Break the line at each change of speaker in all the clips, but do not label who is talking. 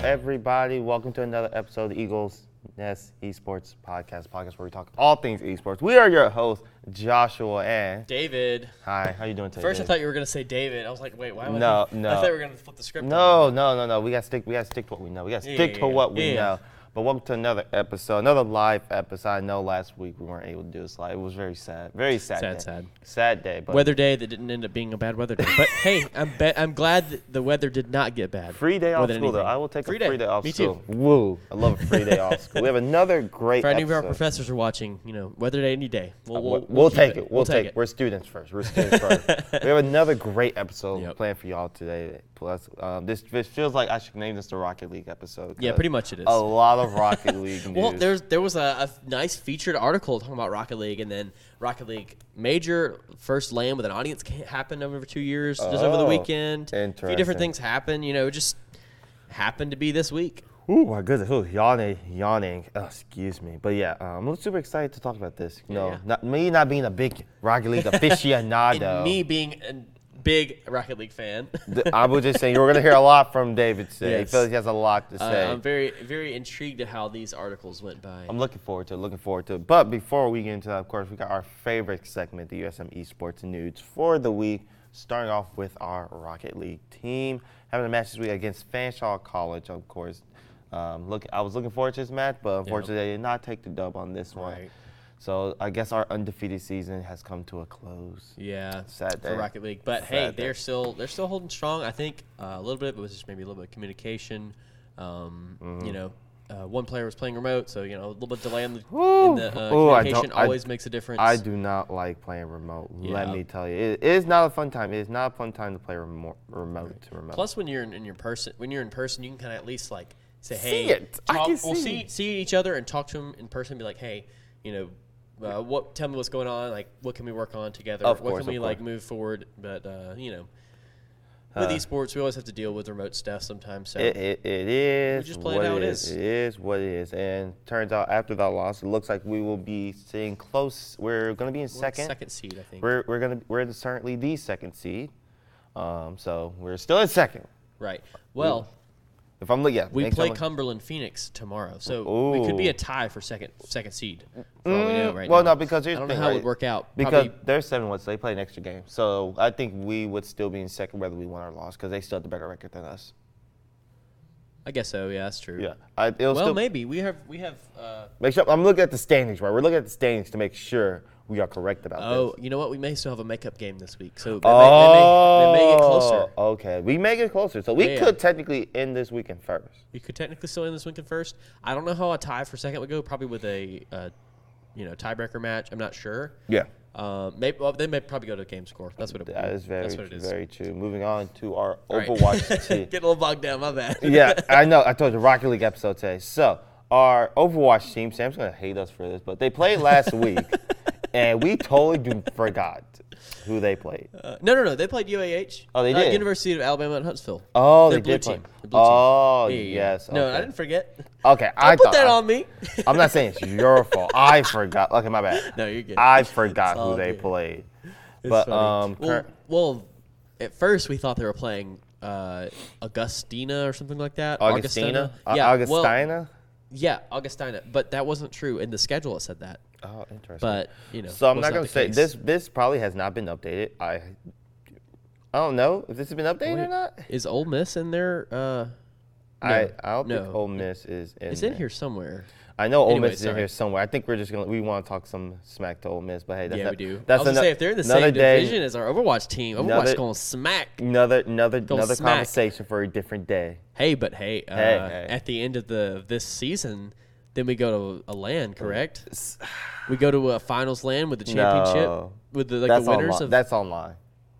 everybody. Welcome to another episode of the Eagles Nest Esports Podcast, podcast where we talk all things esports. We are your hosts, Joshua and
David.
Hi. How you doing today?
First, I
Dave?
thought you were gonna say David. I was like, wait, why? would
No,
I,
no.
I thought we were gonna flip the script.
No, no, no, no. We gotta stick. We gotta stick to what we know. We gotta
Yeah,
stick
yeah,
to
yeah.
what we
Yeah.
know. But welcome to another episode, another live episode. I know last week we weren't able to do this live. It was very sad, very sad.
Sad,
day.
sad.
sad day. But
Weather day that didn't end up being a bad weather day. But hey, I'm be- I'm glad that the weather did not get bad.
free day
More
off
than
school though.
anything.
I will take
Free
a
day.
free day off
Me
school.
too.
Woo! I love a free day off school. We have another great.
For any of our
episode.
professors are watching, you know, weather day any day.
We'll,
We'll, we'll,
Uh, we'll
we'll keep
take it. We'll, take, it.
it.
We're students first. We're students first. we have another great episode
Yep.
planned for y'all today. Plus, um, this, this feels like I should name this the Rocket League episode.
Yeah,
'cause
pretty much it is.
A lot of Rocket League news.
Well, there's there was a, a nice featured article talking about Rocket League, and then Rocket League major first LAN with an audience ca- happened over two years, just over the
Oh,
weekend. A few
interesting.
different things happened. You know, it just happened to be this week.
Ooh, my goodness. Ooh, yawning, yawning. Oh, excuse me. But yeah, um, I'm super excited to talk about this. You know,
yeah.
Not, me not being a big Rocket League aficionado.
And me being a big Rocket League fan,
Th- I was just saying, you're going to hear a lot from David today. He
Yes.
feels he has a lot to
uh,
say.
I'm very very intrigued at how these articles went by.
I'm looking forward to it, looking forward to it. But before we get into that, of course, we got our favorite segment, the USM Esports Nudes for the week, starting off with our Rocket League team. Having a match this week against Fanshawe College, of course. Um, look, I was looking forward to this match, but unfortunately, they did not take the dub on this one.
Right.
So I guess our undefeated season has come to a close.
yeah,
Sad day.
for Rocket League, but hey,
Sad day.
they're still they're still holding strong. I think uh, a little bit, but it was just maybe a little bit of communication. Um,
Mm-hmm.
You know, uh, one player was playing remote, so you know a little bit of delay in the, in the uh,
Ooh, I don't-
communication
I-
always makes a difference.
I do not like playing remote. Let
Yeah.
me tell you, it it is not a fun time. It is not a fun time to play remote, remote to remote.
Plus, when you're in, in your person, when you're in person, you can kind of at least like say,
See
"Hey,
it. I
talk-
can
well,
see
see see each other and talk to them in person. Be like, hey, you know, uh, what? Tell me what's going on. Like, what can we work on together?
Of
what
course,
can we
of
like
course. Uh.
move forward? But uh, you know, with esports, we always have to deal with remote stuff sometimes. So
It, it, it is.
just play it
what
how it
is.
is.
It is what it is. And turns out after that loss, it looks like we will be sitting close. We're going to be in
we're in
2nd
second seed, I think.
We're, we're going to we're currently the second seed. Um, so we're still in second.
right. Well,
If I'm looking, yeah.
we
thanks,
play
I'm look-
Cumberland Phoenix tomorrow, so we could be a
Ooh.
tie for second second seed. For all we know
Mm,
right
well,
now.
no, because here's
I
the
don't
thing,
know how it
right?
would work out.
because
Probably-
they're seven one, so they play an extra game. So I think we would still be in second whether we won or lost because they still have the better record than us.
I guess so. Yeah, that's true.
Yeah, I, it'll
Well,
still
maybe we have we have. Uh,
make sure I'm looking at the standings. Right, we're looking at the standings to make sure we are correct about this.
oh, you know what? We may still have a makeup game this week, so they, may, they, may, they may get closer.
Oh, Okay, we may get closer. So we
Yeah, yeah.
could technically end this weekend first.
We could technically still end this weekend first. I don't know how a tie for second would go. Probably with a, uh, you know, tiebreaker match. I'm not sure.
Yeah.
Um, maybe well, they may probably go to game score. That's what it.
That is very,
That's what it is.
very true. Moving on to our
All right.
Overwatch team.
Get a little bogged down. My bad.
yeah, I know. I told you Rocket League episode today. So our Overwatch team, Sam's gonna hate us for this, but they played last week, and we totally do, forgot who they played.
Uh, no, no, no. They played UAH.
Oh, they
uh,
did?
University of Alabama at Huntsville.
Oh,
Their
they
blue
did play-
team. The blue team.
Oh, yes,
No,
okay.
I didn't forget.
Okay,
I,
I
put
thought
that on me.
I'm not saying it's your fault. I forgot. Okay, my bad.
No, you're good.
I forgot who
all
they
good.
played. but um,
well,
cur-
well, at first we thought they were playing uh, Augustina or something like that.
Augustina, Au-
Yeah, well,
Augustina.
yeah, Augustina. But that wasn't true in the schedule. It said that.
Oh, interesting.
But you know,
so I'm
was
not gonna
the
say
case.
this. This probably has not been updated. I, I don't know if this has been updated or not.
is Ole Miss in there. Uh,
I,
no,
I don't
no.
think Ole Miss is in.
It's in
there.
here somewhere.
I know Ole
Anyway,
Miss is in
sorry.
here somewhere. I think we're just gonna we want to talk some smack to Ole Miss, but hey, that's
yeah,
not-
we do.
That's
I was gonna
ano-
say if they're in the
another
same
day,
division as our Overwatch team,
another-
Overwatch going smack.
Another another another
smack.
conversation for a different day.
Hey, but hey, uh,
Hey, hey.
at the end of the this season, then we go to a LAN, correct? we go to a finals LAN with the championship,
No.
with the, like
that's
the winners
online.
of.
that's online.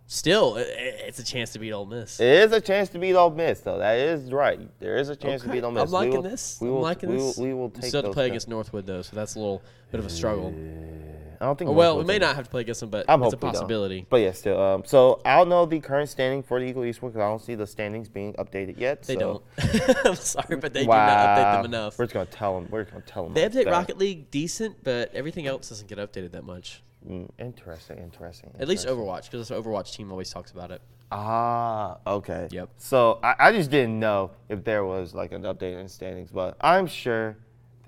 still, i- i- it's a chance to beat Ole Miss.
It is a chance to beat Ole Miss, though. That is right. There is a chance to
Okay,
beat Ole Miss.
I'm liking
we will,
this.
We will,
I'm liking
we will,
this.
We will
We
take
still have to
those
play
steps.
against Northwood though, so that's a little bit of a struggle.
I don't think.
Or, Oh, well, we
Northwood's
may
in
not have to play against them, but
I'm
it's
hoping
a
we don't.
possibility.
But yeah, still. Um, so I don't know the current standing for the Eagle Eastwood because I don't see the standings being updated yet.
They
so.
don't. I'm sorry, but they do not update
wow.
them enough.
We're just gonna tell them. We're just gonna tell them.
They update
that.
Rocket League decent, but everything else doesn't get updated that much.
Mm, interesting, interesting.
At least
interesting.
Overwatch, because that's what Overwatch team always talks about it.
Ah, okay.
Yep.
So I, I just didn't know if there was like an update in standings, but I'm sure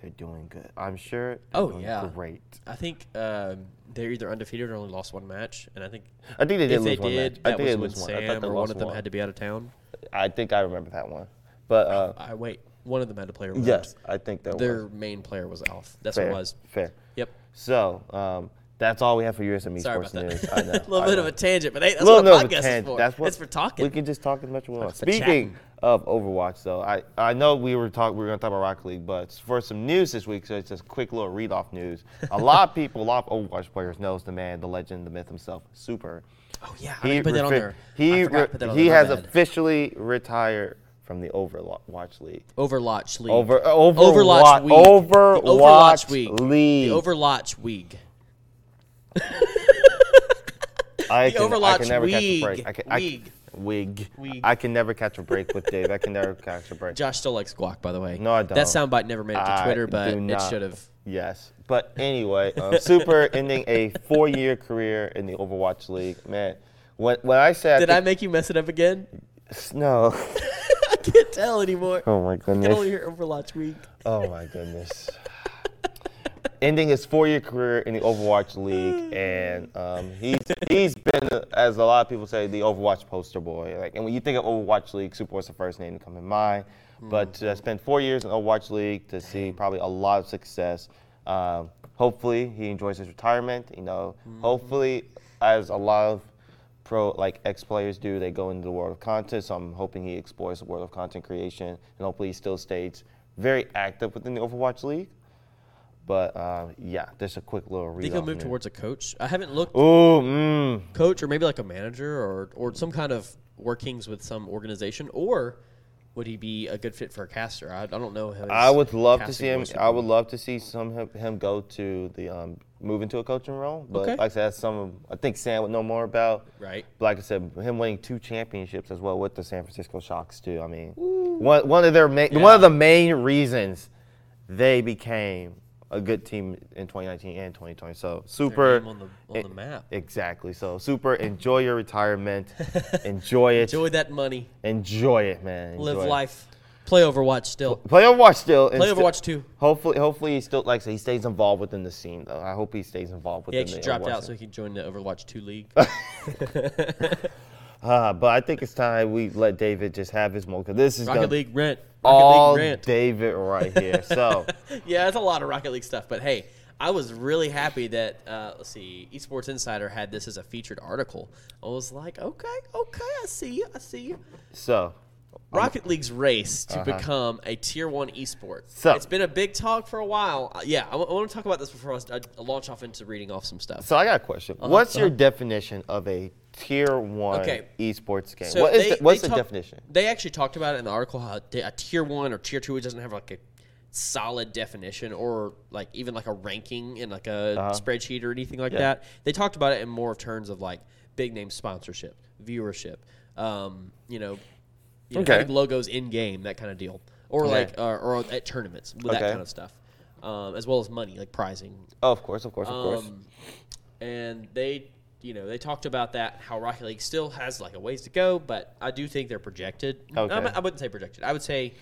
they're doing good. I'm sure. They're
Oh,
doing
yeah.
Great.
I think um, they're either undefeated or only lost one match, and I think
I think they did
if they
lose one
did,
match. I
that
think
was
they
when
lose one. I thought
Sam
they
or
lost
one of them
one.
had to be out of town.
I think I remember that one. But uh,
I wait, one of them had to play. remote.
yes, I think that was
their main player was off. That's
fair.
what it was.
Fair.
Yep.
So um, that's all we have for USME
Sorry
E sports
about that.
news. I know.
a little
I
bit
know.
of a tangent, but hey, that's
Little
what
bit
a
of a
podcast is
tangent.
for.
That's what-
it's for talking.
We can just talk as much as we want.
It's for chatting.
Speaking of Overwatch, though, I, I know we were talking we were gonna talk about Rocket League, but for some news this week, so it's just quick little read off news. A lot of people, a lot of Overwatch players knows the man, the legend, the myth himself, Super.
oh yeah, I didn't put that on
refi-
there.
He
I forgot
re-
to put that on
he
there. My
has
bad.
officially retired from the Overwatch League.
Overwatch League.
Over
Overwatch
Overwatch
Week.
Overwatch,
The Overwatch Week.
League.
The Overwatch Week.
I
The
can, I
Overwatch
can never catch a
League.
break. I can, I,
League.
Wig.
Week.
I can never catch a break with Dave. I can never catch a break.
Josh still likes guac, by the way.
No, I don't.
That soundbite never made it to
I
Twitter,
do
but it
not.
should have.
Yes. But anyway, um, Super ending a four year career in the Overwatch League. Man, when, when I said.
Did I make you mess it up again?
think- No.
I can't tell anymore. I
Oh my
can only
goodness.
hear Overwatch Week.
Oh my goodness. ending his four year career in the Overwatch League. And um, he's, he's been, as a lot of people say, the Overwatch poster boy. Like, And when you think of Overwatch League, Super was the first name to come to mind.
Hmm.
But to spend four years in Overwatch League, to see probably a lot of success. Um, hopefully, he enjoys his retirement. You know,
Hmm.
hopefully, as a lot of pro like ex players do, they go into the world of content. So I'm hoping he explores the world of content creation, and hopefully, he still stays very active within the Overwatch League. But um, yeah, just a quick little read.
I think he'll
off
move
there.
towards a coach. I haven't looked.
Ooh, mm,
coach or maybe like a manager or or some kind of workings with some organization or would he be a good fit for a caster? I, I don't know. His
I would love to see
casting
him.
voice
I would love to see some him, him go to the um, move into a coaching role. But
Okay.
like I said, that's some of, I think Sam would know more about.
Right.
But like I said, him winning two championships as well with the San Francisco Shocks too. I mean, one one of their main one
Yeah.
of the main reasons they became a good team in 2019 and 2020. So super
name on the- on the map.
Exactly. So super. Enjoy your retirement. enjoy it.
enjoy that money,
Enjoy it, man.
live
Enjoy it.
life, play Overwatch still,
Play Overwatch still. and
play
sti-
Overwatch too.
Hopefully, hopefully he still like I said, he stays involved within the scene though. I hope he stays involved
He
within
actually
the
dropped
Overwatch
out so
scene.
he could join the Overwatch two league.
Ah, but I think it's time we let David just have his moment. 'cause This is gonna
Rocket
be
League rent, Rocket
all
League rent.
David right here. So
yeah, it's a lot of Rocket League stuff. But hey, I was really happy that uh, let's see, Esports Insider had this as a featured article. I was like, okay, okay, I see you, I see you.
so
Rocket League's race to become a tier one esport.
So-
it's been a big talk for a while. Uh, yeah, I, want to talk about this before I s- I, launch off into reading off some stuff.
so I got a question. What's your definition of a tier one
Uh-huh, Okay.
esports game?
So
what is
they-
the, what's
they
the
talk-
definition?
They actually talked about it in the article how t- a tier one or tier two doesn't have like a solid definition or like even like a ranking in like a spreadsheet or anything like
Uh-huh. Yeah.
that. They talked about it in more of terms of like big name sponsorship, viewership, um, you know, you know
Okay.
having logos in game, that kind of deal, or
Yeah.
like uh, or at tournaments, with that
Okay.
kind of stuff, um, as well as money like prizing,
Oh, of course, of course, of course.
um, and they, you know, they talked about that how Rocket League still has like a ways to go, but I do think they're projected.
Okay.
I, I wouldn't say projected. I would say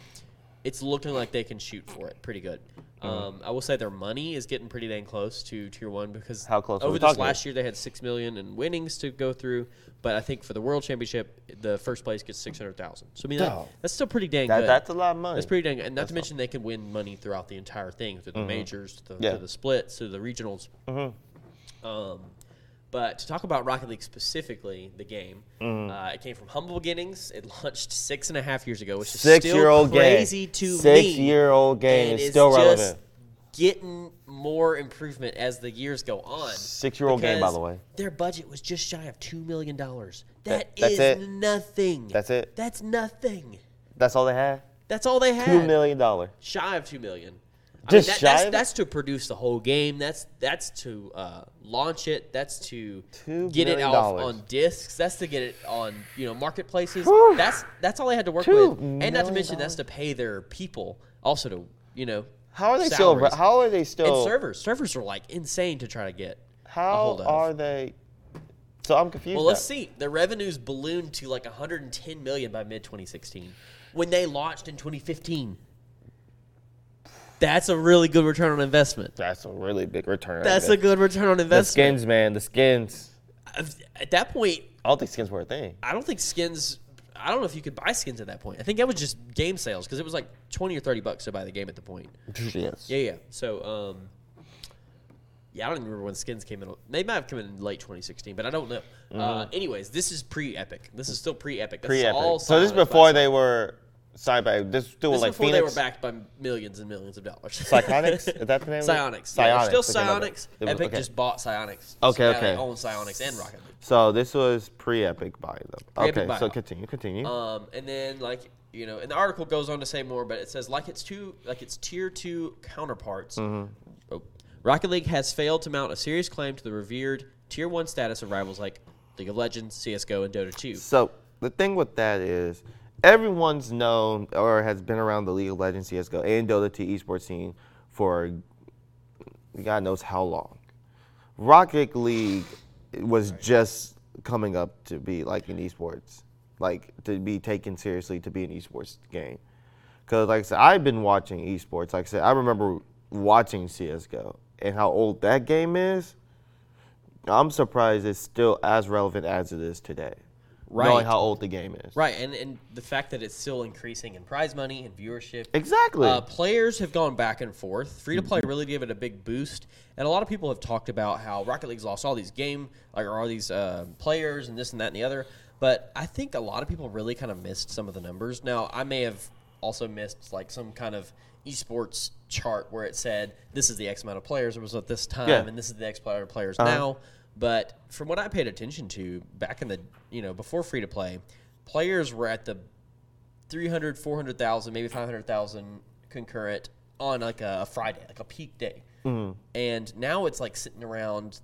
it's looking like they can shoot for it pretty good.
Mm-hmm.
Um, I will say their money is getting pretty dang close to tier one because
How close are
over
we
this
talking?
last year they had six million in winnings to go through, but I think for the world championship the first place gets six hundred thousand. So I mean like,
Dog.
that's still pretty dang
that,
good.
that's a lot of money.
That's pretty dang good. And not to mention they can win money throughout the entire thing, through the majors, to the,
Mm-hmm. Yeah. Mm-hmm.
to the splits, to the regionals. Um, but to talk about Rocket League specifically, the game,
Mm-hmm.
uh, it came from humble beginnings. It launched six and a half years ago, which is
Six-year-old
still
game.
crazy to me.
Six-year-old game
and
is
it's
still
just
relevant.
Getting more improvement as the years go on.
Six-year-old game, by
because
the way.
Their budget was just shy of two million dollars.
That-
that
that's
is
it.
nothing.
That's it.
That's nothing.
That's all they had.
That's all they had
Two million dollar.
shy of two million.
Just
I mean, that,
shy
that's,
of it?
that's to produce the whole game. That's that's to uh, launch it. That's to
Two
get it
million
out
dollars.
on discs. That's to get it on you know marketplaces.
Whew.
that's that's all they had to work
Two
with. And not to
million
mention that's to pay their people. Also to you know
How are they
salaries.
still? How are they still?
and servers servers are like insane to try to get.
How
hold of.
are they? So I'm confused.
Well, let's
now.
see. Their revenues ballooned to like 110 million by mid 2016 when they launched in 2015. That's a really good return on investment.
That's a really big return.
That's a good return on
the
investment.
skins, man. The skins.
At that point,
I don't think skins were a thing.
I don't think skins. I don't know if you could buy skins at that point. I think that was just game sales because it was like 20 or 30 bucks to buy the game at the point.
Yes.
Yeah, yeah. So, um, yeah, I don't even remember when skins came in. They might have come in late 2016, but I don't know. Uh, anyways, this is pre Epic. This is still pre Epic.
Pre epic. So this is before they were signed by. This is still
This is
like
before
Phoenix.
they were backed by millions and millions of dollars.
Psychonics? Is that the name of it?
Psionics. Yeah, they're
Psionics.
still
Okay, my bad.
Psionics.
It was-
Epic
okay.
just bought Psionics.
Okay,
So now
okay.
They own Psionics and Rocket League.
So this was pre-epic buy though.
Pre-epic
Okay,
buy.
so continue, continue.
Um, and then like you know, and the article goes on to say more, but it says like its two like its tier two counterparts.
Mm-hmm.
Oh, Rocket League has failed to mount a serious claim to the revered tier one status of rivals like League of Legends, CS:GO, and Dota 2.
So the thing with that is, everyone's known or has been around the League of Legends, CS:GO, and Dota 2 esports scene for God knows how long. Rocket League was just coming up to be like an esports, like to be taken seriously to be an esports game. Because, like I said, I've been watching esports. Like I said, I remember watching CSGO and how old that game is. I'm surprised it's still as relevant as it is today.
Right.
Knowing how old the game is.
Right, and and the fact that it's still increasing in prize money and viewership.
Exactly. Mm-hmm.
Uh, players have gone back and forth. Free to play really gave it a big boost, and a lot of people have talked about how Rocket League's lost all these game, like or all these uh, players and this and that and the other. But I think a lot of people really kind of missed some of the numbers. Now I may have also missed like some kind of esports chart where it said this is the X amount of players it was at this time,
Yeah. Uh-huh.
and this is the X player of players now. But from what I paid attention to back in the you know before free to play, players were at the 300 400,000 maybe 500,000 concurrent on like a, a Friday like a peak day
Mm-hmm.
and now it's like sitting around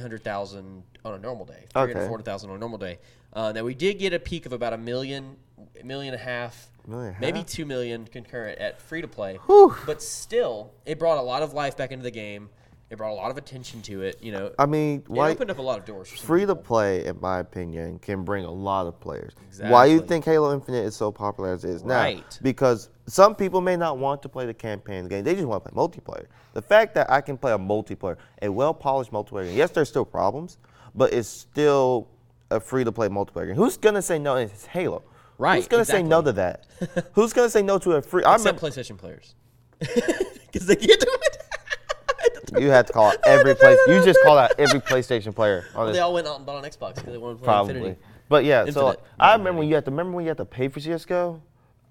300,000 on a normal day 300
Okay.
400,000 on a normal day uh, now we did get a peak of about a million a million and a half
Million and a
maybe
half?
2 million concurrent at free to play
Whew.
but still it brought a lot of life back into the game it brought a lot of attention to it you know
I mean,
it
Uh, why
opened up a lot of doors for some
free to
people.
play, in my opinion, can bring a lot of players. Why you
Exactly.
think Halo Infinite is so popular as it is now?
Right.
Because some people may not want to play the campaign game; they just want to play multiplayer. The fact that I can play a multiplayer, a well-polished multiplayer game, yes, there's still problems, but it's still a free-to-play multiplayer game. Who's gonna say no? It's Halo. Who's
Right,
gonna say no to
exactly.
that? Who's gonna say no to a free? I
except
remember
PlayStation players because they can't do it
you had to call out every place. You just called out every PlayStation player. On this
They all went out and bought an Xbox because they wanted to play
Probably.
Infinity.
But yeah, so
Infinite.
like, I remember when you had to remember when you had to pay for CS:GO.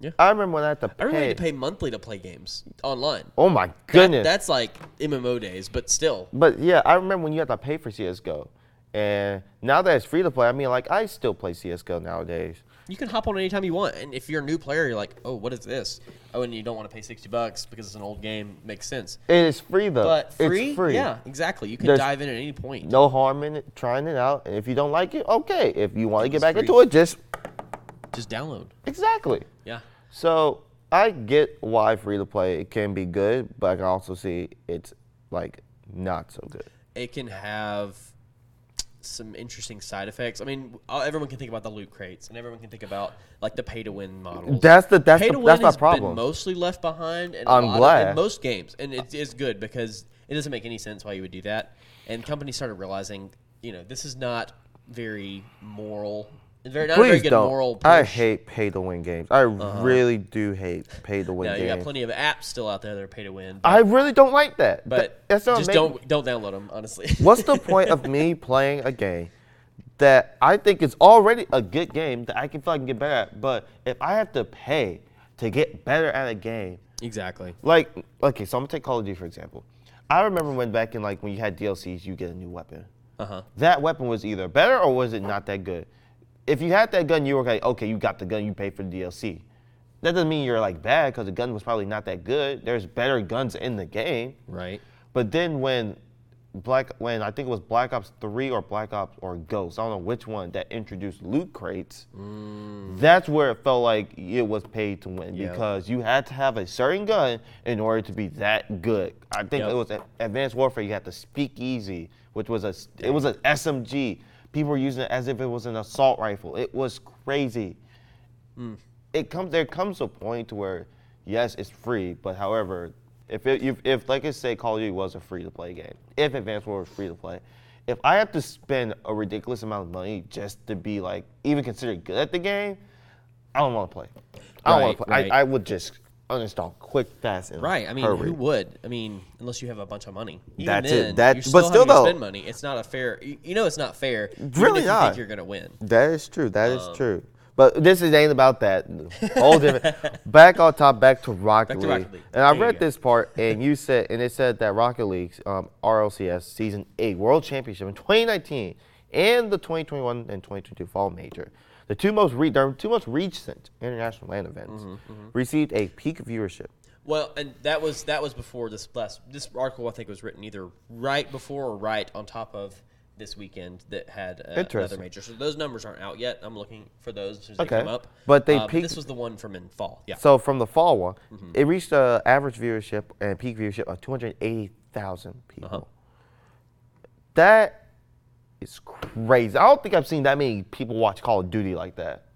Yeah.
I remember when I had to pay.
I remember you had to pay monthly to play games online.
Oh my
That-
goodness.
that's like MMO days, but still.
but yeah, I remember when you had to pay for CS:GO, and now that it's free to play, I mean, like I still play CS:GO nowadays.
You can hop on anytime you want. And if you're a new player, you're like, oh, what is this? Oh, and you don't want to pay 60 bucks because it's an old game. Makes sense.
It is free though.
But free?
Oh, It's free.
Yeah, exactly. You can
There's
dive in at any point.
No harm in it, trying it out, and if you don't like it, okay. If you want to get
was
back
free.
into it, just
Just download.
exactly.
Yeah.
So I get why free to play can be good, but I can also see it's like not so good.
It can have some interesting side effects. I mean, all- everyone can think about the loot crates and everyone can think about like the pay to win models.
That's the that's
pay
the,
to win
that's my
has
problem.
been mostly left behind. And
I'm glad.
in most games, and it is good because it doesn't make any sense why you would do that. And companies started realizing, you know, this is not very moral. Very not a very
Please
good
don't.
moral. Push.
I hate pay to win games. I really do hate pay to win
No, you got
games.
plenty of apps still out there that are pay to win, but,
I really don't like that. Th-
but
that's not
just
making-
don't don't download them. Honestly,
What's the point of me playing a game that I think is already a good game that I can feel I can get better at? But if I have to pay to get better at a game,
exactly?
like okay, so I'm gonna take Call of Duty for example. I remember when back in like when you had DLCs, you get a new weapon.
Uh huh.
that weapon was either better or was it not that good? If you had that gun, you were like, okay, you got the gun, you paid for the DLC. That doesn't mean you're like bad because the gun was probably not that good. There's better guns in the game.
Right.
But then when Black, when I think it was Black Ops 3 or Black Ops or Ghost, I don't know which one that introduced loot crates. That's where it felt like it was paid to win
Mm. Yeah.
because you had to have a certain gun in order to be that good. I think
Yep.
it was Ad- Advanced Warfare. You had to speak easy, which was a s- it was an SMG. People were using it as if it was an assault rifle. It was crazy. It comes. There comes a point to where, yes, it's free, but however, if it, if, if like I say, Call of Duty was a free to play game, if Advanced War was free to play, if I have to spend a ridiculous amount of money just to be like even considered good at the game, I don't want to play. I don't want to
Right,
play.
right.
I, I would just uninstall quick, fast, and
Right. I mean,
hurry.
who would? I mean, unless you have a bunch of money. Even
That's it.
then,
That-
you're
but
still
still
having to
though-
spend money. It's not a fair. You you know, it's not fair. even
Really
if You
not.
think you're gonna win.
That is true. That
Um,
is true. But this is ain't about that. All different. back on top, back to Rocket,
Back to
League.
Rocket League.
And I
There you
read
go.
this part, and you said, and it said that Rocket League um, RLCS Season Eight World Championship in 2019 and the 2021 and 2022 Fall Major, the two most re- the two most recent international LAN events,
Mm-hmm,
received a peak viewership.
Well, and that was that was before this last this article I think was written either right before or right on top of this weekend that had uh, another
Interesting.
major. So those numbers aren't out yet. I'm looking for those as soon as
Okay.
they come up.
But they
Uh,
peaked-
this was the one from in fall. Yeah. Mm-hmm.
So from the fall one, it reached an average viewership and peak viewership of 280,000 people.
Uh-huh.
That is crazy. I don't think I've seen that many people watch Call of Duty like that.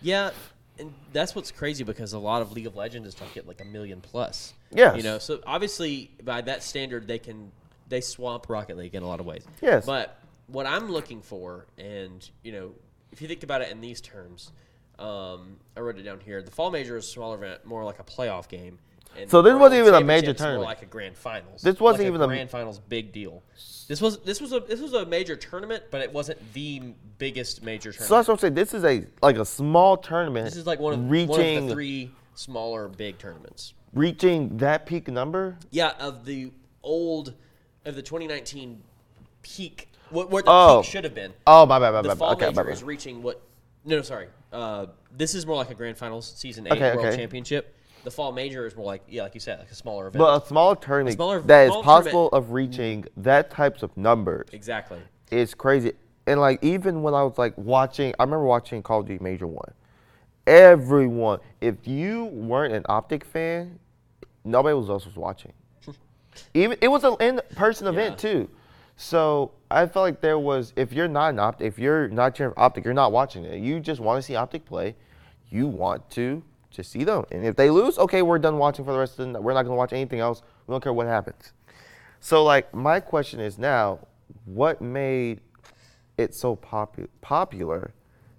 Yeah, and that's what's crazy because a lot of League of Legends is trying to get like a million plus.
Yes.
You know, so obviously by that standard they can they swamp Rocket League in a lot of ways.
Yes.
But what I'm looking for, and you know, if you think about it in these terms, um, I wrote it down here. The Fall Major is a smaller event, more like a playoff game. And
So
the
this wasn't
World
even a major
Championship's more
tournament.
like a grand finals.
This wasn't
Like
even a-
a grand finals big deal. This was this was a this was a major tournament, but it wasn't the biggest major tournament.
So that's what I'm saying. This is a like a small tournament.
This is like one of,
reaching
one of the three smaller big tournaments.
reaching that peak number.
Yeah, of the old, of the 2019 peak, what, where the
Oh.
peak should have been.
Oh my bad, my bad,
The
my bad.
fall
Okay,
major
my bad.
is reaching what? No, no, sorry. Uh, this is more like a grand finals season eight
Okay,
world
okay.
championship. The fall major is more like yeah, like you said, like a smaller event.
But a small tournament
smaller-
that is
small
possible of reaching that types of numbers.
exactly.
It's crazy. And like even when I was like watching, I remember watching Call of Duty Major One. Everyone, if you weren't an optic fan, nobody was else was watching. even it was an in-person event
Yeah.
too. So I felt like there was if you're not an optic, if you're not cheering for optic, you're not watching it. You just want to see optic play. You want to just see them. And if they lose, okay, we're done watching for the rest of the. We're not gonna watch anything else. We don't care what happens. So like my question is now, what made it so popu- popular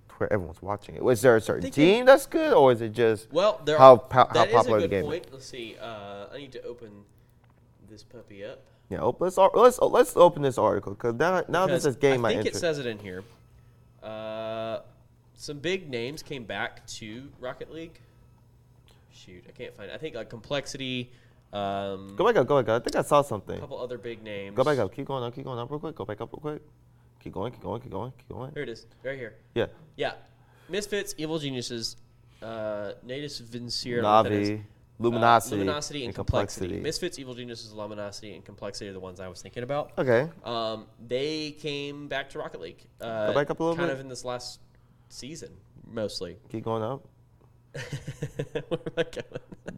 to where everyone's watching it? Was there a certain
think it-
team that's good, or is it just
Well, there
how
are,
po- how
that is
popular
a good
the game?
point. Let's see. Uh, I need to open this puppy up.
Is? Yeah, op- let's ar- let's let's open this article because now now this is
Because
game
I
my
think
interest.
it says it in here. Uh, some big names came back to Rocket League. Shoot, I can't find. It. I think like complexity, um,
go back up, go back up. I think I saw something.
a couple other big names.
Go back up. Keep going up. Keep going up real quick. Go back up real quick. Keep going. Keep going. Keep going. Keep going.
There it is, right here.
Yeah.
Yeah, Misfits, Evil Geniuses, uh, Natus Vinciera,
Navi, Luminosity,
uh, Luminosity, and, complexity. Misfits, Evil Geniuses, Luminosity, and Complexity are the ones I was thinking about.
Okay.
Um, they came back to Rocket League. Uh,
back up a little
kind
bit.
of in this last season, mostly.
Keep going up.
Where am I going?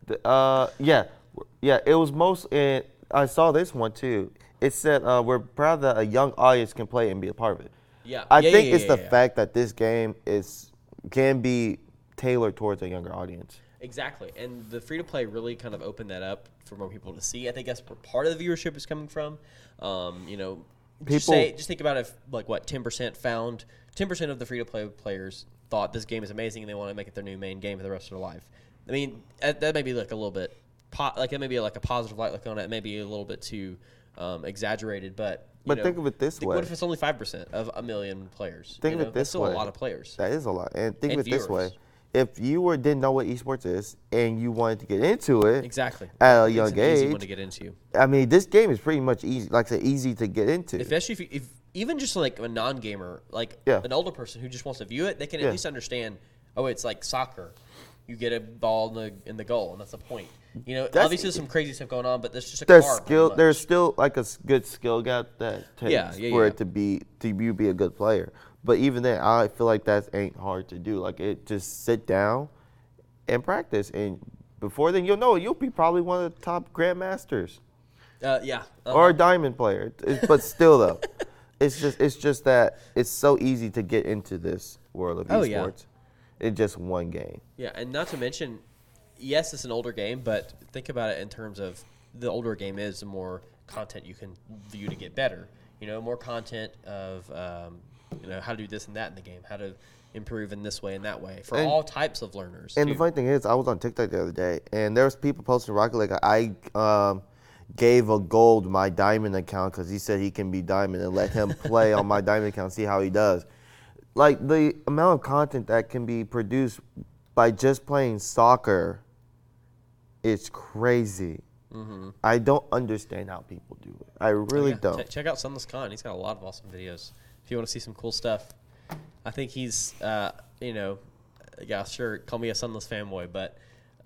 The- Uh, yeah, w- yeah. It was most. It, I saw this one too. It said uh, we're proud that a young audience can play and be a part of it.
Yeah.
I
Yeah,
think
yeah,
it's
yeah,
the
yeah.
fact that this game is can be tailored towards a younger audience.
Exactly. And the free to play really kind of opened that up for more people to see. I think that's where part of the viewership is coming from. Um, you know, just,
People-
say, just think about if, like, what, 10% found 10% of the free to play players thought this game is amazing and they want to make it their new main game for the rest of their life. I mean, that, that may be like a little bit, po- like, it may be like a positive light look on it. It may be a little bit too um, exaggerated, but. you
But
know,
think of it this
think-
way.
What if it's only 5% of a million players?
Think
you
of
know?
it this
That's still
way.
a lot of players.
That is a lot. And think
And
of it this way:
viewers.
if you were didn't know what esports is and you wanted to get into it,
Exactly.
At a
It's
young
an Easy one
age.
to get into.
I mean, this game is pretty much easy, like I said, easy to get into.
especially if, you- if even just like a non-gamer like
Yeah.
an older person who just wants to view it they can
Yeah.
at least understand oh it's like soccer you get a ball in the in the goal and that's the point you know
That's-
obviously there's some crazy stuff going on but there's just a
there's
car pretty
skill.
much.
There's still like a s- good skill gap that takes
Yeah, yeah,
for
yeah.
it to be to you be a good player. But even then, I feel like that ain't hard to do. Like it, just sit down and practice, and before then, you'll know it. you'll be probably one of the top grandmasters
uh, yeah uh,
or a diamond player. It's- but still, though, it's just it's just that it's so easy to get into this world of
Oh,
esports.
yeah.
It's just one game.
Yeah, and not to mention, yes, it's an older game, but think about it in terms of the older a game is, the more content you can view to get better. You know, more content of um, you know how to do this and that in the game, how to improve in this way and that way for
And-
all types of learners.
And
too.
the funny thing is, I was on TikTok the other day, and there was people posting Rocket League. I um, gave a gold my diamond account because he said he can be diamond, and let him play on my diamond account, see how he does. Like the amount of content that can be produced by just playing soccer, it's crazy. I don't understand how people do it. I really
Mm-hmm. Yeah,
don't.
che- check out Sunless Khan. He's got a lot of awesome videos. If you want to see some cool stuff, I think he's, uh, you know, uh, yeah, sure, call me a Sunless fanboy, but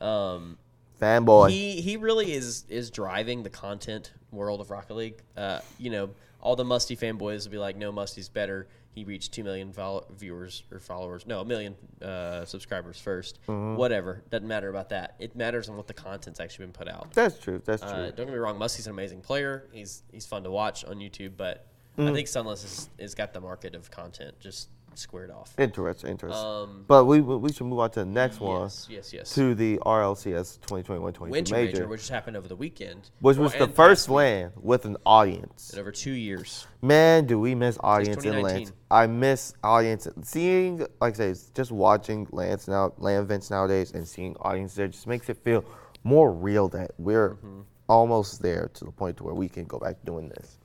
um,
Fanboy.
he he really is is driving the content world of Rocket League. Uh, you know, all the Musty fanboys will be like, "No, Musty's better." He reached two million vol- viewers or followers. No, a million uh, subscribers 1st
Mm-hmm.
Whatever doesn't matter about that. It matters on what the content's actually been put out.
that's true. That's true.
Uh, don't get me wrong, Musty's an amazing player. He's he's fun to watch on YouTube, but
Mm.
I think Sunless is, is got the market of content just squared off.
interesting. Interesting.
Um,
but we we we should move on to the next one.
yes, yes, yes.
to the RLCS 2021-22
Winter
major,
major, which just happened over the weekend,
which was
Well,
the
and
first
last week,
land with an audience.
in over two years.
Man, do we miss audience in
2019.
Lance. I miss audience. Seeing, like I say, it's just watching Lance now, land events nowadays and seeing audience there just makes it feel more real that we're
Mm-hmm.
almost there to the point to where we can go back to doing this.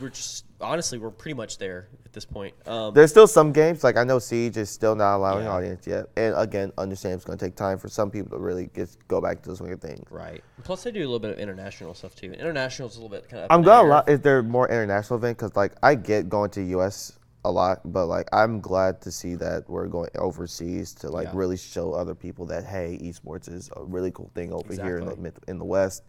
We're just honestly, we're pretty much there at this point. Um,
There's still some games, like I know Siege is still not allowing
Yeah.
audience yet. And again, understand it's going to take time for some people to really get, go back to the swing of things.
right. Plus, they do a little bit of international stuff too. International is a little bit kind of. up
I'm
in
glad a
the air.
lot. Is there more international event? Because like I get going to U.S. a lot, but like I'm glad to see that we're going overseas to like
Yeah.
really show other people that hey, esports is a really cool thing over here in the
Exactly.
mid- in the West.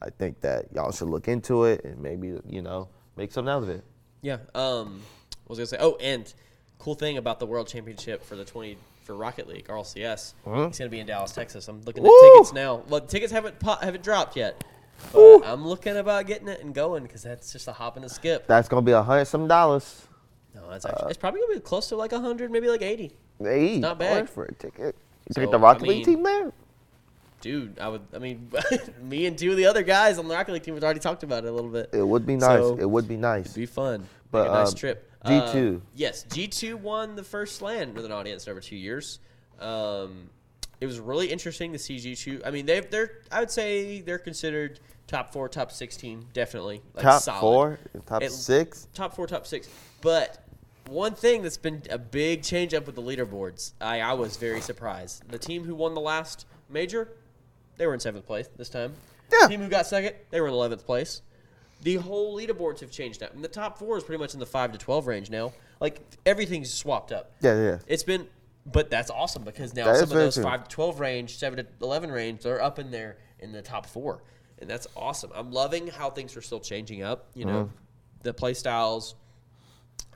I think that y'all should look into it and maybe you know make something out of it.
Yeah. Um, what was I gonna say? Oh, and cool thing about the World Championship for the twenty for Rocket League RLCS. It's gonna be in Dallas, Texas. I'm looking at
Woo!
tickets now. Well, the tickets haven't po- haven't dropped yet, but I'm looking about getting it and going because that's just a hop and a skip.
That's gonna be a hundred some dollars.
No, that's actually it's probably gonna be close to like hundred, maybe like eighty.
Hey,
Not
dollars
bad.
for a ticket. You
So,
get the
I
Rocket League
mean-
team there.
Dude, I would. I mean, me and two of the other guys on the Rocket League team have already talked about it a little bit.
It would be nice.
So-
it would be nice.
Be fun.
But,
Make a nice
um,
trip.
G2.
Uh, yes, G2 won the first land with an audience in over two years. Um, it was really interesting to see G2. I mean, they they're I would say they're considered top four, top sixteen, definitely. Like
top
solid.
four, top
It-
six.
top four, top six. But one thing that's been a big change up with the leaderboards, I, I was very surprised. The team who won the last major, they were in seventh place this time.
Yeah.
The team who got second, they were in eleventh place. The whole leaderboards have changed now. And the top four is pretty much in the five to twelve range now. Like everything's swapped up.
Yeah, yeah.
It's been, but that's awesome because now
That
some
is
of those
very true.
five to twelve range, seven to eleven range, they're up in there in the top four, and that's awesome. I'm loving how things are still changing up. You know,
Mm-hmm.
the play styles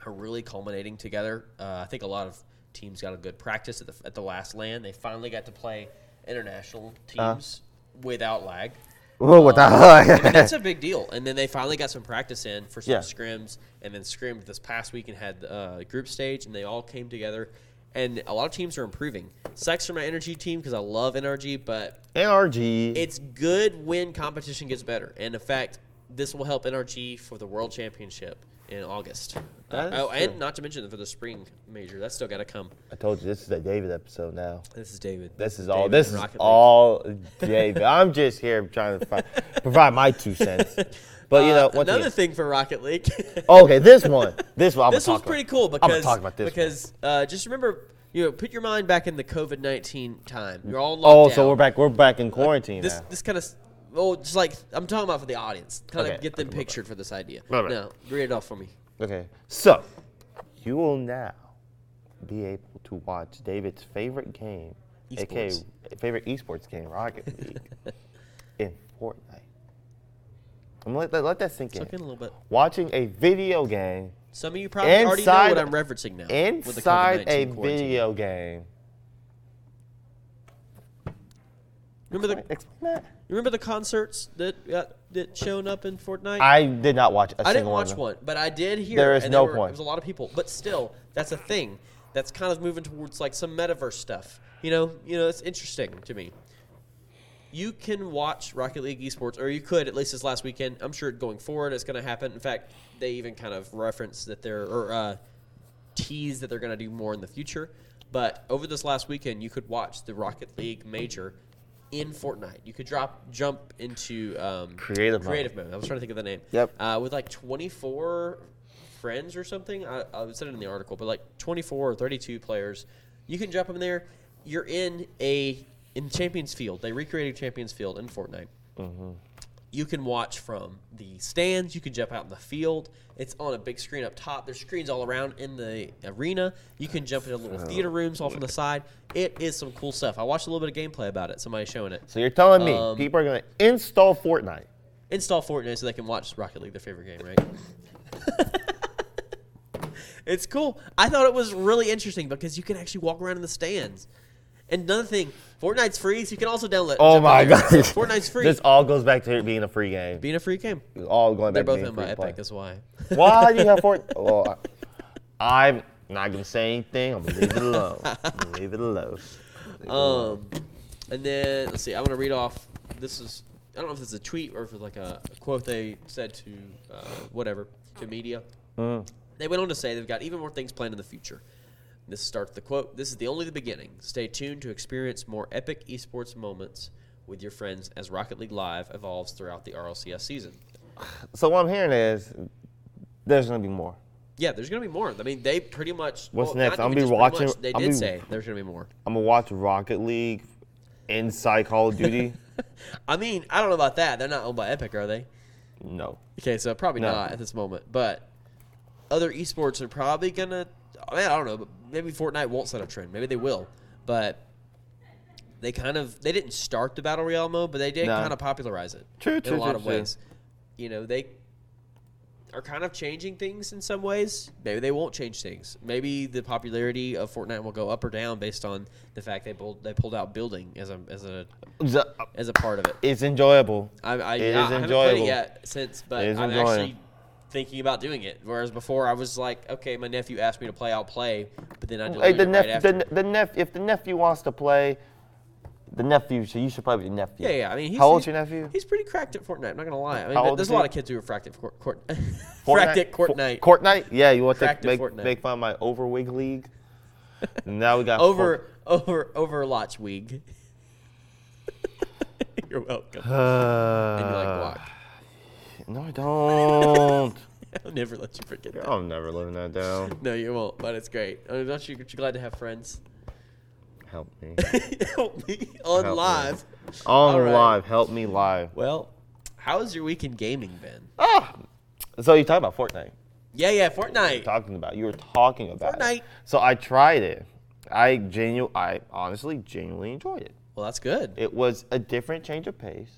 are really culminating together. Uh, I think a lot of teams got a good practice at the at the last land. They finally got to play international
Uh-huh.
teams without lag.
Whoa, what the
I mean,
hell?
that's a big deal. And then they finally got some practice in for some
Yeah.
scrims, and then scrimmed this past week and had uh, group stage, and they all came together. And a lot of teams are improving. Sucks for my energy team because I love NRG, but
NRG.
it's good when competition gets better. And in fact, this will help NRG for the World Championship in August.
That is
oh, and
true.
not to mention for the spring major, that's still got to come.
I told you this is a David episode now.
This is David.
This is all.
David
This
and
is
Rocket League.
all David. I'm just here trying to find, provide my two cents. But you
Uh,
know, once
another
again-
thing for Rocket League.
okay, this one, this one, I'm
this
gonna
was
talk
pretty
about.
cool
I'm gonna
because
talk about this. one.
because uh, just remember, you know, put your mind back in the COVID nineteen time. You're all locked
oh, so we're
down.
back. We're back in quarantine
This
now.
this kind of well, just like I'm talking about for the audience, kind of
Okay,
get
okay,
them
my bad.
pictured for this idea.
My bad.
No, read it off for me.
Okay, so you will now be able to watch David's favorite game, aka
Esports.
favorite esports game, Rocket League, in Fortnite. I'm gonna let that, let that sink
Suck in a little bit.
Watching a video game
Some of you probably already know
Inside-
what I'm referencing now. with the
inside a
COVID-19 quarantine.
video game.
Remember the
Wait, Explain that.
you remember the concerts that got that shown up in Fortnite?
I did not watch a
I didn't
single
watch
one.
one, but I did hear.
There is
and there
no
were-
point.
There was a lot of people, but still, that's a thing. That's kind of moving towards like some metaverse stuff. You know, you know, it's interesting to me. You can watch Rocket League esports, or you could at least this last weekend. I'm sure going forward, it's going to happen. In fact, they even kind of reference that they're or uh, tease that they're going to do more in the future. But over this last weekend, you could watch the Rocket League major in Fortnite. You could drop jump into um,
Creative mode.
creative mode. I was trying to think of the name.
Yep.
Uh, with like 24 friends or something. I, I said it in the article, but like 24 or 32 players. You can jump in there. You're in a in Champions Field. They recreated Champions Field in Fortnite. You can watch from the stands. You can jump out in the field. It's on a big screen up top. There's screens all around in the arena. You can jump into little theater rooms off on the side. It is some cool stuff. I watched a little bit of gameplay about it. Somebody showing it.
So you're telling me
Um,
people are gonna install Fortnite?
Install Fortnite so they can watch Rocket League, their favorite game, right? it's cool. I thought it was really interesting because you can actually walk around in the stands. And another thing, Fortnite's free, so you can also download.
Oh
jump
my
on it.
god!
Fortnite's free.
This all goes back to it being a free game.
Being a free game,
All going
they're
back
both
to being
owned by
free play.
Epic. That's why.
Why do you have Fortnite? Well, I- I'm not gonna say anything. I'm gonna leave it alone. I'm gonna leave it alone.
Um, and then let's see. I'm gonna read off. This is I don't know if this is a tweet or if it's like a, a quote they said to uh, whatever to media.
Mm.
They went on to say they've got even more things planned in the future. This starts the quote. This is the only the beginning. Stay tuned to experience more epic esports moments with your friends as Rocket League Live evolves throughout the RLCS season.
So what I'm hearing is there's gonna be more.
Yeah, there's gonna be more. I mean, they pretty much.
What's
well,
next?
not
I'm
even
gonna be
just pretty
watching-
much, they
I'm
did
gonna-
say there's gonna be more.
I'm gonna watch Rocket League inside Call of Duty.
I mean, I don't know about that. They're not owned by Epic, are they?
no.
Okay, so probably
No.
not at this moment, but other esports are probably gonna. I mean, I don't know, but maybe Fortnite won't set a trend. Maybe they will, but they kind of they didn't start the battle royale mode, but they did
No.
kind of popularize it
True,
in
true,
a lot
true,
of
true.
ways. You know, they are kind of changing things in some ways. Maybe they won't change things. Maybe the popularity of Fortnite will go up or down based on the fact they pulled they pulled out building as a as a
The-
as a part of it.
It's enjoyable.
I, I,
It
I
is
haven't played it
enjoyable.
yet since, but
It is
I'm
enjoyable.
actually thinking about doing it. Whereas before, I was like, okay, my nephew asked me to play, I'll play, but then I deleted
Hey, the,
it
nep-
right after.
the, ne- the nep- if the nephew wants to play, the nephew, so you should play with your nephew.
yeah, yeah. I mean, he's,
how old's
he's-
your nephew?
He's pretty cracked at Fortnite. I'm not gonna lie. I mean,
How
th-
old
there's
is
a lot
he?
of kids who are cracked at Fort, court,
Fortnite?
cracked at Fortnite.
Fo- Fortnite? Yeah, you want to
Cracked at
make,
Fortnite.
make fun of my overwig league? now we got
over, over, over Lotch Week. You're welcome.
Fort- Uh,
and you're like, guac.
No, I don't.
I'll never let you forget that.
I'm never living that down.
No, you won't. But it's great. I mean, don't you? Aren't you glad to have friends?
Help me.
Help me on
Help me.
live.
On
right.
live. Help me live.
Well, how has your week in gaming been?
Ah! So you talk about Fortnite.
Yeah, yeah, Fortnite.
talking about. You were talking about it.
Fortnite.
So I tried it. I genu- I honestly genuinely enjoyed it.
Well, that's good.
It was a different change of pace.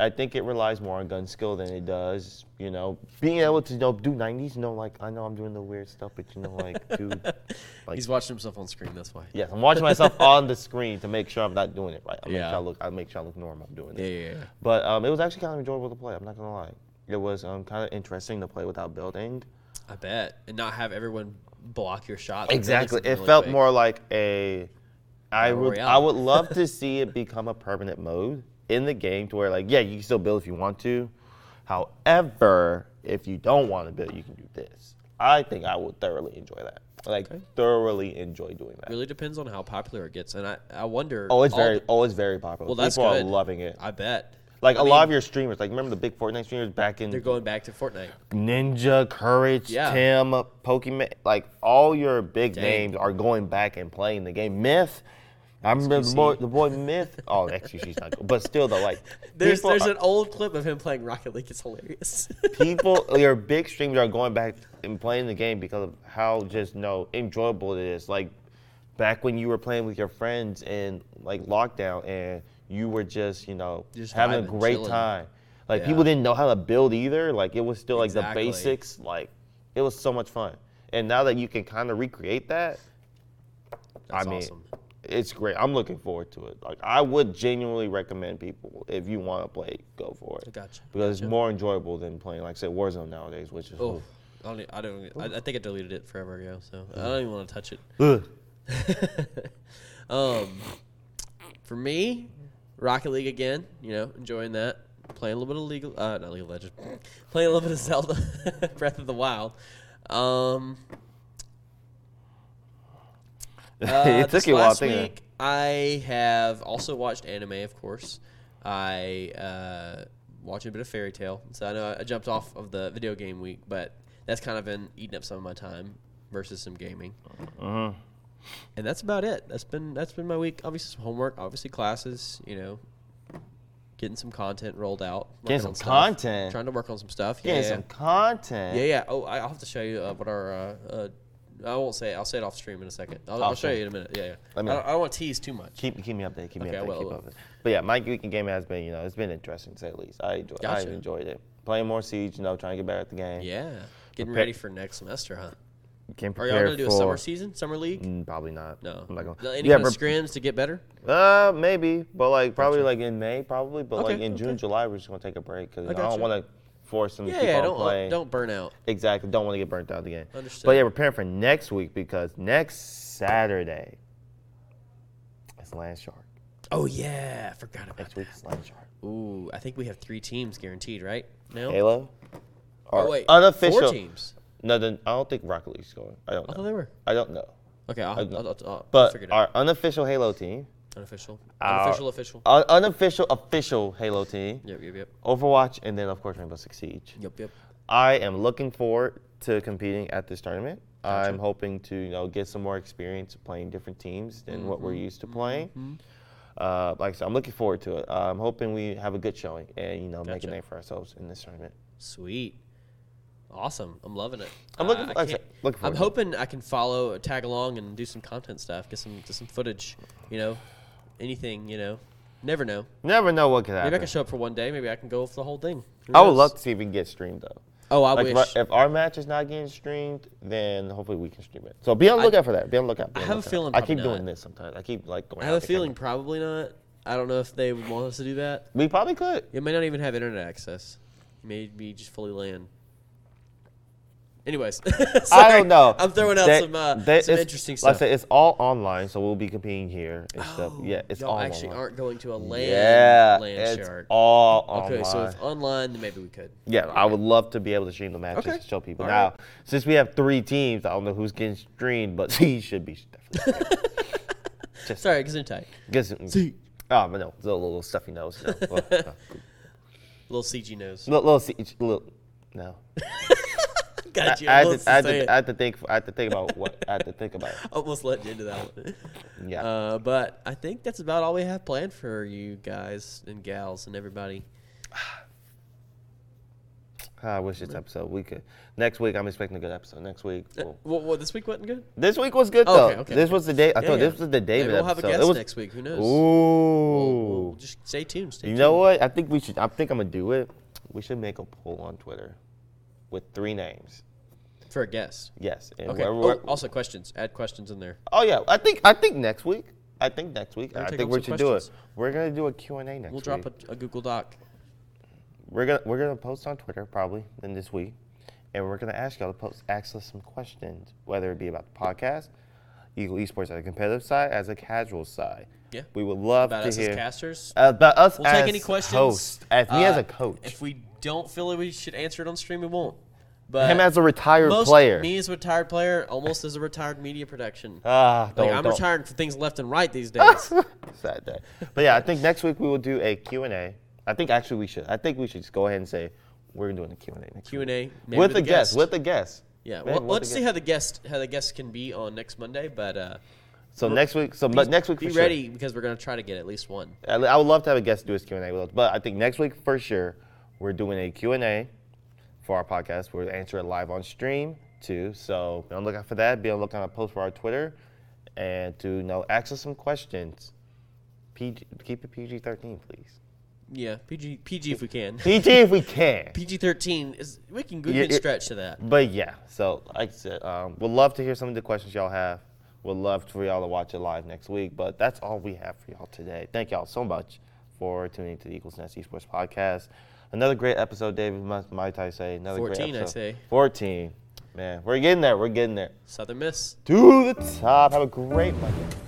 I think it relies more on gun skill than it does, you know, being able to you know do 90s. You know, like I know I'm doing the weird stuff, but you know, like, dude, like,
He's watching himself on screen. That's why.
yes, I'm watching myself on the screen to make sure I'm not doing it right. I make
Yeah.
sure I look, I make sure I look normal. I'm doing it.
Yeah, yeah, yeah.
But um, it was actually kind of enjoyable to play. I'm not gonna lie. It was um, kind of interesting to play without building.
I bet, and not have everyone block your shot. Like, that makes
Exactly. It
really
felt
big.
more like a. I
Battle
would, I
Royale.
would love to see it become a permanent mode in the game to where, like, yeah, you can still build if you want to. However, if you don't want to build, you can do this. I think I would thoroughly enjoy that. Like, thoroughly enjoy doing that.
Really depends on how popular it gets, and I, I wonder.
Oh, it's
all-
very, oh, it's very popular.
Well, that's
People
good.
are loving it.
I bet.
Like
I
a lot
mean,
of your streamers, like remember the big Fortnite streamers back in
They're going back to Fortnite.
Ninja, Courage,
Yeah.
Tim, Pokemon, like all your big
Dang.
names are going back and playing the game. Myth, I remember the boy, the boy Myth. Oh, actually, she's not. But still, though, like
There's
people,
there's
are-
an old clip of him playing Rocket League. It's hilarious.
people, your big streamers are going back and playing the game because of how just no enjoyable it is. Like back when you were playing with your friends in like lockdown, and you were just you know
Just
having a
vibing,
great
chilling.
time. Like
Yeah.
people didn't know how to build either. Like it was still like
Exactly.
the basics. Like it was so much fun. And now that you can kind of recreate that,
That's
I mean,
awesome.
it's great. I'm looking forward to it. Like I would genuinely recommend people if you want to play, go for it.
Gotcha,
Because it's
gotcha.
more enjoyable than playing like say Warzone nowadays, which is
Oh, I don't. e- I don't. I, I think I deleted it forever ago, so I don't even want to touch it.
Ugh.
Um, for me, Rocket League again. You know, enjoying that. Playing a little bit of League, of- uh, not League of Legends. Playing a little bit of Zelda, Breath of the Wild. Um, uh,
it
this
took you a while
last
thinking.
week, I have also watched anime, of course. I uh, watched a bit of Fairy Tale, so I know I jumped off of the video game week, but that's kind of been eating up some of my time versus some gaming.
Mm-hmm.
And that's about it. That's been that's been my week. Obviously, some homework. Obviously, classes. You know, getting some content rolled out.
Getting
working
some
on
content?
Trying to work on some stuff.
Getting
yeah,
some content.
yeah, yeah. Oh, I- I'll have to show you uh, what our. Uh, uh, I won't say it. I'll say it off stream in a second. I'll, I'll
Off
show
stream.
you in a minute. Yeah, yeah. I
Let me
don't,
know.
I don't want to tease too much.
Keep keep me updated. Keep me
Okay, I
updated.
will,
keep
I will.
updated. But yeah, my weekend game has been you know it's been interesting to say the least. I enjoy,
Gotcha.
I enjoyed it. Playing more Siege, you know, trying to get better at the game.
Yeah, getting
Prepare-
ready for next semester, huh?
Can
Are y'all
prepare
gonna do a
for-
summer season, summer league?
Mm, Probably not.
No.
I'm not gonna.
No, Any
yeah,
kind of
prep-
scrims to get better?
Uh, maybe, but like probably like in May, probably, but
Okay,
like in June,
okay.
July, we're just gonna take a break because
I
I, don't
gotcha.
want to force them to
Yeah,
keep
yeah.
on
Don't uh,
playing.
don't burn out.
exactly. Don't want to get burnt out again.
Understood.
But yeah, preparing for next week because next Saturday it's Land Shark.
Oh yeah, forgot about
Next week is Land Shark.
that. Ooh, I think we have three teams guaranteed, right? No.
Halo. Or
oh wait,
unofficial.
Four teams.
No, then I don't think Rocket League's going. I don't
I thought
know.
they were.
I don't know.
Okay, I'll, I'll,
don't-
I'll, I'll
Uh, But
figure it out.
our unofficial Halo team,
Unofficial,
our-
unofficial, official.
our unofficial official Halo team,
Yep, yep, yep,
Overwatch, and then of course Rainbow Six Siege.
yep, yep.
I am looking forward to competing at this tournament.
Gotcha.
I'm hoping to you know get some more experience playing different teams than what
Mm-hmm.
we're used to playing. Uh, like I said, I'm looking forward to it. I'm hoping we have a good showing and you know make a
Gotcha.
name for ourselves in this tournament.
Sweet. Awesome. I'm loving it.
I'm looking-
Uh, I
like I said,
can't-
looking
I'm
forward to it.
hoping I can follow, tag along, and do some content stuff. Get some, get some footage. You know, anything. You know, never know.
Never know what could
Maybe I
happen.
can show up for one day. Maybe I can go for the whole thing. Who
I would
knows?
love to see if we can get streamed though.
Oh, I
like if,
wish.
our, if our match is not getting streamed, then hopefully we can stream it. So be on the lookout for that. Be on the lookout. be
I
on
have a
lookout.
feeling
I keep
probably
doing
not.
this sometimes. I keep like going.
I have
out
a
the camera.
feeling probably not. I don't know if they would want us to do that.
we probably could.
You may not even have internet access. You may be just fully land. Anyways,
I
sorry.
don't know.
I'm throwing out
That-
some, uh,
that
some
is-
interesting
Like
stuff.
I said, it's all online, so we'll be competing here and stuff. Yeah, it's
Oh, Y'all
all
actually
online.
aren't going to a land
yeah,
land
it's
shark.
all online.
okay, so if online, then maybe we could.
yeah, I would love to be able to stream the matches
Okay.
to show people.
All
now,
right.
since we have three teams, I don't know who's getting streamed, but he should be definitely.
Sorry, gesundheit.
Guess,
See.
Oh, but no, the little stuffy nose. No. Well, no.
Little CG nose.
Little, little, se- little, no.
Got you.
I, had
almost,
to, I, had
say
to,
it.
I had to think. I had to think about what I had to think about.
almost let you into that one.
Yeah.
Uh, but I think that's about all we have planned for you guys and gals and everybody.
Ah, I wish this episode we could. Next week, I'm expecting a good episode. Next week, we'll,
What, what, this week wasn't good?
This week was good
Oh,
though.
okay, okay,
this
okay.
was the day. I
Yeah,
thought
yeah.
this was the
Maybe
David
we'll have a
episode.
guest
it was,
next week. Who knows? We'll- we'll
Ooh.
just stay tuned. Stay
You
tuned.
know what? I think we should. I think I'm gonna do it. We should make a poll on Twitter with three names.
For a guest.
Yes. And
Okay.
whoever-
Oh,
whoever-
also, questions. Add questions in there.
oh yeah. I think. I think next week. I think next week.
We'll
I
take
think
up
we
some
should do it.
questions.
We're gonna do a Q and A next
We'll
week.
drop a, a Google Doc.
We're gonna we're gonna post on Twitter probably in this week, and we're gonna ask y'all to post ask us some questions, whether it be about the podcast, Eagle Esports as a competitive side, as a casual side.
Yeah.
We would love
About
to
us
hear
as casters.
about us
We'll
as
take any questions.
host, as me as
Uh,
a coach,
If we don't feel like we should answer it on stream, we won't. But
him as a retired
uh, most,
player.
Me as a retired player, almost as a retired media production.
ah, don't,
like, I'm
don't.
retiring from things left and right these days.
Sad day. But yeah, I think next week we will do a Q and A. I think actually we should. I think we should just go ahead and say we're doing a Q and A next
Q and
week.
A maybe
with
a
a guest. With a guest.
yeah.
Maybe
Well,
with a
let's see
guest.
how the guest how the guest can be on next Monday. But uh,
So next week. So but next week
be
for sure.
ready because we're gonna try to get at least one.
I I would love to have a guest do his Q and A with us, but I think next week for sure we're doing a Q and A for our podcast. We're answering it live on stream too, so be on the lookout for that. Be on the lookout on post for our Twitter, and to you know ask us some questions. PG, keep it PG thirteen, please.
Yeah, PG PG if we can.
PG if we can.
PG thirteen is we can we
Yeah,
can
it-
stretch to that.
But yeah, so like I said, um, we'd love to hear some of the questions y'all have. Would love for y'all to watch it live next week. But that's all we have for y'all today. Thank y'all so much for tuning to the Eagles Nest Esports Podcast. Another great episode, David. Must might I say another great
14, I
episode.
say.
Fourteen. Man, we're getting there. We're getting there.
Southern Miss.
To the top. Have a great Monday.